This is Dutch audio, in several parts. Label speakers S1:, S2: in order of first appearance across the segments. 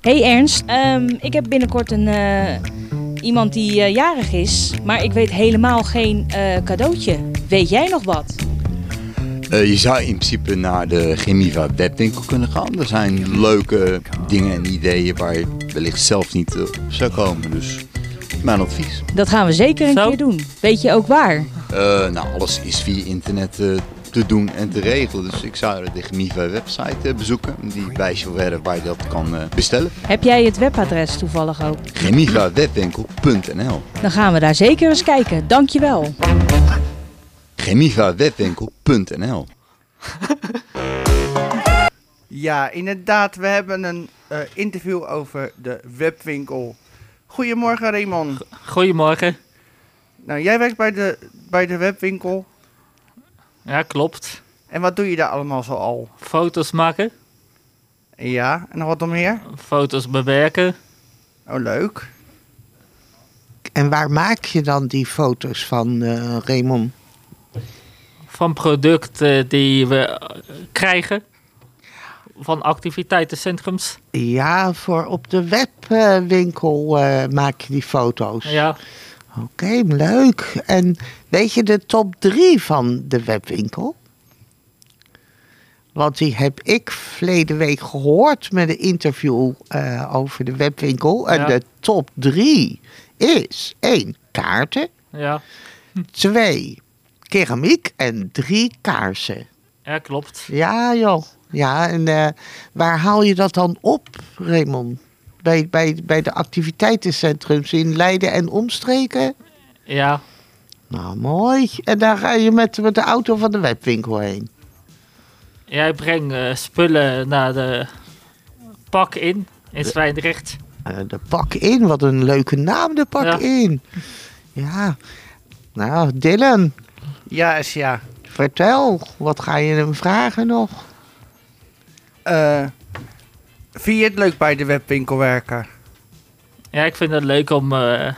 S1: Hey Ernst, ehm, ik heb binnenkort een, eh, iemand die eh, jarig is, maar ik weet helemaal geen eh, cadeautje. Weet jij nog wat?
S2: Eh, je zou in principe naar de Chemiva webwinkel kunnen gaan. Er zijn leuke dingen en ideeën waar je wellicht zelf niet eh, op zou komen. Dus mijn advies.
S1: Dat gaan we zeker een
S3: Zo.
S1: keer doen. Weet je ook waar?
S2: Eh, nou, alles is via internet eh, te doen en te regelen. Dus ik zou de Chemiva website eh, bezoeken. Die wijst je verder waar je dat kan eh, bestellen.
S1: Heb jij het webadres toevallig ook?
S2: Chemivawebwinkel.nl
S1: Dan gaan we daar zeker eens kijken. Dankjewel.
S2: Chemivawebwinkel.nl
S4: Ja, inderdaad. We hebben een eh, interview over de webwinkel. Goedemorgen Raymond.
S3: Goedemorgen.
S4: Nou, jij werkt bij de, bij de webwinkel.
S3: Ja, klopt.
S4: En wat doe je daar allemaal zo al?
S3: Foto's maken,
S4: Ja, en nog wat nog meer?
S3: foto's bewerken.
S4: Oh, leuk.
S5: En waar maak je dan die foto's van, eh Raymond?
S3: Van producten die we eh, krijgen. Van activiteitencentrums.
S5: Ja, voor op de webwinkel eh, maak je die foto's.
S3: Ja,
S5: Oké, leuk. En weet je de top drie van de webwinkel? Want die heb ik verleden week gehoord met een interview eh, over de webwinkel. En
S3: Ja.
S5: de top drie is één kaarten,
S3: ja,
S5: twee keramiek en drie kaarsen.
S3: ja klopt.
S5: Ja, joh. Ja, en eh, waar haal je dat dan op, Raymond? Bij, bij, bij de activiteitencentrums in Leiden en omstreken?
S3: Ja,
S5: Nou, mooi. En daar ga je met, met de auto van de webwinkel heen.
S3: jij brengt eh, spullen naar de pak in, in Zwijndrecht.
S5: Eh, de pak in, wat een leuke naam, de pak
S3: Ja.
S5: in. Ja. Nou, Dylan,
S4: Yes, ja.
S5: vertel. Wat ga je hem vragen nog?
S4: Eh, vind je het leuk bij de webwinkel werken?
S3: Ja, ik vind het leuk om eh,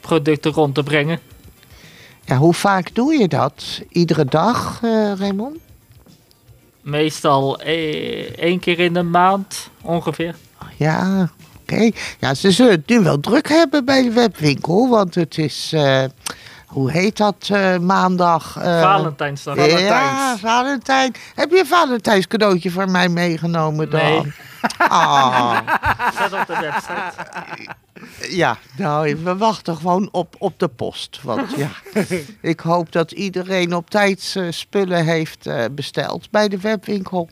S3: producten rond te brengen.
S5: Ja, hoe vaak doe je dat? Iedere dag, eh, Raymond?
S3: Meestal eh, één keer in de maand ongeveer.
S5: Ja, oké. Ja, ze zullen het nu wel druk hebben bij de webwinkel, want het is, eh, hoe heet dat, eh, maandag? eh,
S3: Valentijnsdag.
S5: Ja,
S4: Valentijns.
S5: Valentijn. Heb je een Valentijns cadeautje voor mij meegenomen dan?
S3: Nee.
S5: Ah,
S3: Zet op de website.
S5: ja, nou, we wachten gewoon op, op de post. Want ja, ik hoop dat iedereen op tijd eh, spullen heeft eh, besteld bij de webwinkel.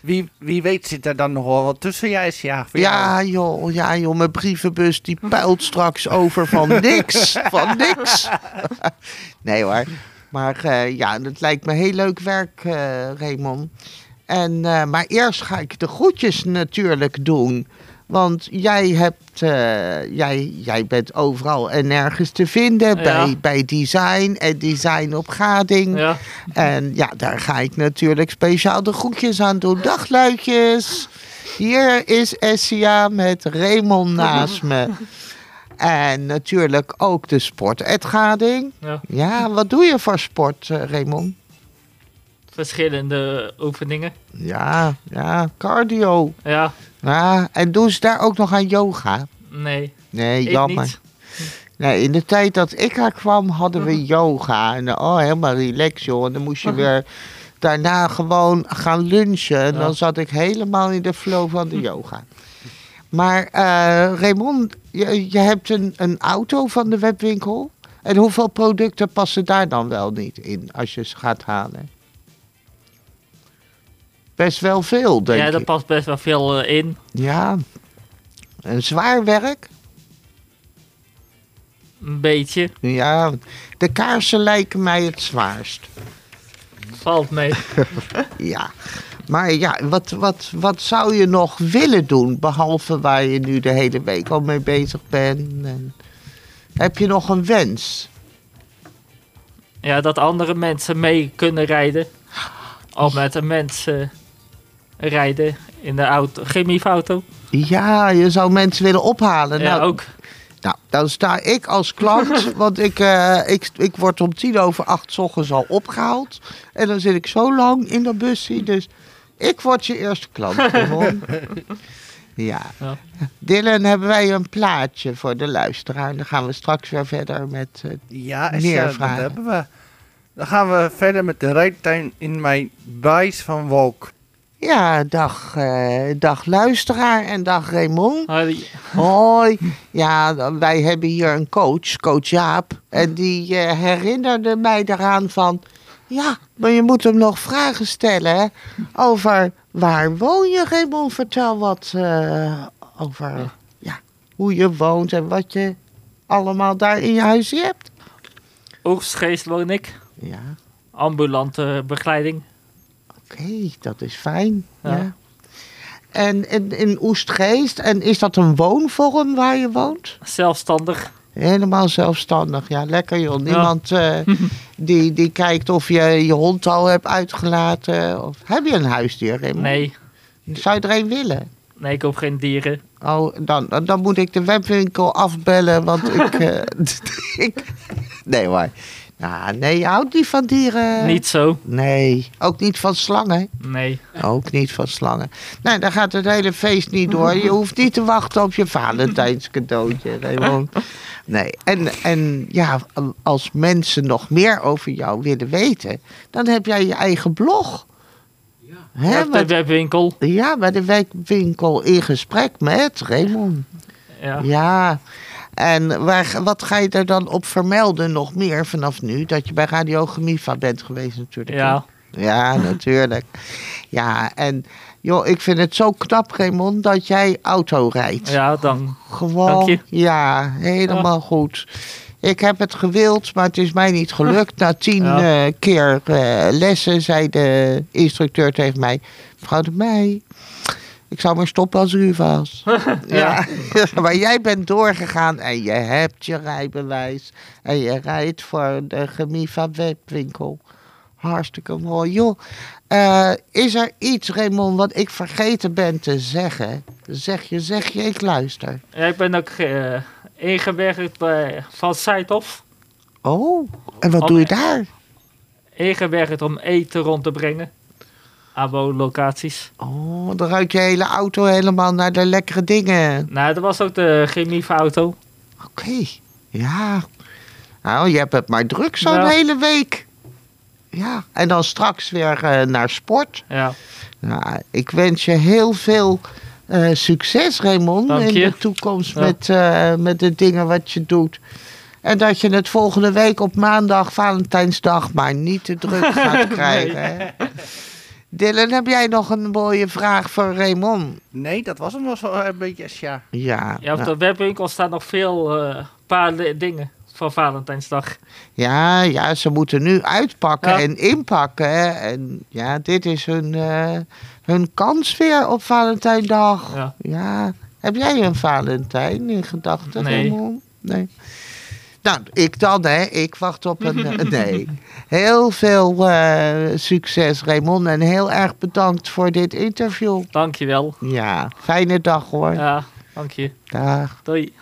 S4: Wie, wie weet zit er dan nog wel wat tussen? Yes, ja. voor jou.
S5: Ja joh, ja joh, mijn brievenbus die puilt straks over van niks, van niks. nee hoor, maar eh, ja, het lijkt me heel leuk werk eh, Raymond. En, eh, maar eerst ga ik de groetjes natuurlijk doen. Want jij, hebt, eh, jij, jij bent overal en nergens te vinden
S3: Ja.
S5: bij, bij Design en Design op Gading.
S3: Ja.
S5: En ja, daar ga ik natuurlijk speciaal de groetjes aan doen. Dag luidjes. Hier is Essia met Raymond naast me. En natuurlijk ook de sport Edgading.
S3: Ja.
S5: Ja, wat doe je voor sport, eh, Raymond?
S3: Verschillende oefeningen.
S5: Ja, ja, cardio.
S3: Ja,
S5: Ja, en doen ze daar ook nog aan yoga?
S3: nee.
S5: Nee,
S3: ik
S5: jammer.
S3: niet.
S5: Nee, in de tijd dat ik daar kwam, hadden
S3: Mhm.
S5: we yoga. En eh, oh, helemaal relax, joh. En dan moest je weer daarna gewoon gaan lunchen. En
S3: Ja. Mhm.
S5: dan zat ik helemaal in de flow van de yoga. Maar eh, Raymond, je, je hebt een, een auto van de webwinkel. En hoeveel producten passen daar dan wel niet in als je ze gaat halen? Best wel veel, denk
S3: ja, daar
S5: ik.
S3: past best wel veel eh, in.
S5: Ja. Een zwaar werk.
S3: Een beetje.
S5: Ja, de kaarsen lijken mij het zwaarst.
S3: Valt mee.
S5: Ja. Maar ja, wat, wat, wat zou je nog willen doen, behalve waar je nu de hele week al mee bezig bent? En heb je nog een wens?
S3: Ja, dat andere mensen mee kunnen rijden. Of met een mens eh, rijden in de auto. Chemieauto.
S5: Ja, je zou mensen willen ophalen.
S3: Ja,
S5: nou,
S3: ook.
S5: nou, dan sta ik als klant, want ik, eh, ik, ik word om tien over acht 's ochtends al opgehaald. En dan zit ik zo lang in dat busje, dus ik word je eerste klant. Yvonne. Ja.
S3: Ja.
S5: Dylan, hebben wij een plaatje voor de luisteraar? Dan gaan we straks weer verder met... eh,
S4: Ja,
S5: Meer
S4: Esther, dat
S5: vragen.
S4: hebben we. Dan gaan we verder met de rijtuin in mijn buis van Wolk.
S5: ja, dag, eh, dag luisteraar en dag Raymond.
S3: Ah, die-
S5: Hoi. Ja, dan- wij hebben hier een coach, coach Jaap. En die eh, herinnerde mij eraan van... Ja, maar je moet hem nog vragen stellen hè, over waar woon je, Raymond? Vertel wat eh, over ja, hoe je woont en wat je allemaal daar in je huisje hebt.
S3: Oogstgeest woon ik.
S5: Ja,
S3: Ambulante begeleiding.
S5: oké, dat is fijn. Ja.
S3: Ja.
S5: En in, in Oestgeest, en is dat een woonvorm waar je woont?
S3: Zelfstandig.
S5: Helemaal zelfstandig. Ja, lekker joh. Niemand eh, die, die kijkt of je je hond al hebt uitgelaten. Of, heb je een huisdier, Raymond?
S3: Nee.
S5: Zou je er een willen?
S3: Nee, ik hoop geen dieren.
S5: Oh, dan, dan- dan moet ik de webwinkel afbellen, want ik... eh, ik nee hoor. Nou, nee, je houdt niet van dieren.
S3: Niet zo.
S5: Nee, ook niet van slangen.
S3: Nee.
S5: Ook niet van slangen. Nee, dan gaat het hele feest niet door. Je hoeft niet te wachten op je Valentijns cadeautje, Raymond. Nee, en, en ja, als mensen nog meer over jou willen weten, dan heb jij je eigen blog. Hè,
S3: Op de
S5: met-
S3: webwinkel.
S5: ja, bij de wijkwinkel in gesprek met Raymond.
S3: Ja.
S5: Ja. En waar, wat ga je er dan op vermelden nog meer vanaf nu? Dat je bij Radio Gemiva bent geweest natuurlijk. hè?
S3: Ja.
S5: Ja, natuurlijk. Ja, en joh, ik vind het zo knap, Raymond, dat jij auto rijdt.
S3: Ja, dan.
S5: Gewoon.
S3: dank je. Ah.
S5: Ja, helemaal goed. Ik heb het gewild, maar het is mij niet gelukt. Na tien
S3: Ja.
S5: eh, keer eh, lessen zei de instructeur tegen mij: Mevrouw de Meij, ik zou maar stoppen als u was. ja. maar jij bent doorgegaan en je hebt je rijbewijs. En je rijdt voor de Gemiva webwinkel. Hartstikke mooi. Joh, eh, is er iets, Raymond, wat ik vergeten ben te zeggen? Zeg je, zeg je, ik luister.
S3: Ja, ik ben ook eh, ingewerkt bij, van Seithof.
S5: Oh, en wat doe je daar?
S3: Ingewerkt om eten rond te brengen. Abo locaties.
S5: Oh, dan ruikt je hele auto helemaal naar de lekkere dingen.
S3: Nou, dat was ook de chemieauto.
S5: Oké, ja. Nou, je hebt het maar druk zo'n
S3: Ja.
S5: hele week. Ja, en dan straks weer eh, naar sport.
S3: Ja.
S5: Nou, ik wens je heel veel eh, succes, Raymond,
S3: Dank
S5: in
S3: je.
S5: de toekomst
S3: Ja.
S5: met, eh, met de dingen wat je doet. En dat je het volgende week op maandag, Valentijnsdag, maar niet te druk gaat krijgen. hè. Dylan, heb jij nog een mooie vraag voor Raymond?
S4: Nee, dat was hem wel zo eh, een beetje, ja.
S5: Ja,
S3: Ja, op
S5: nou,
S3: de webwinkel staan nog veel eh, paar li- dingen van Valentijnsdag.
S5: ja, ja, ze moeten nu uitpakken
S3: Ja.
S5: en inpakken. hè. En ja, dit is hun, eh, hun kans weer op Valentijndag.
S3: Ja.
S5: Ja, heb jij een Valentijn in gedachten?
S3: Nee.
S5: Raymond? Nee. Nou, ik dan, hè. Ik wacht op een... eh, nee. Heel veel eh, succes, Raymond. En heel erg bedankt voor dit interview.
S3: Dankjewel.
S5: Ja, fijne dag, hoor.
S3: Ja, dank je.
S5: Dag.
S3: Doei.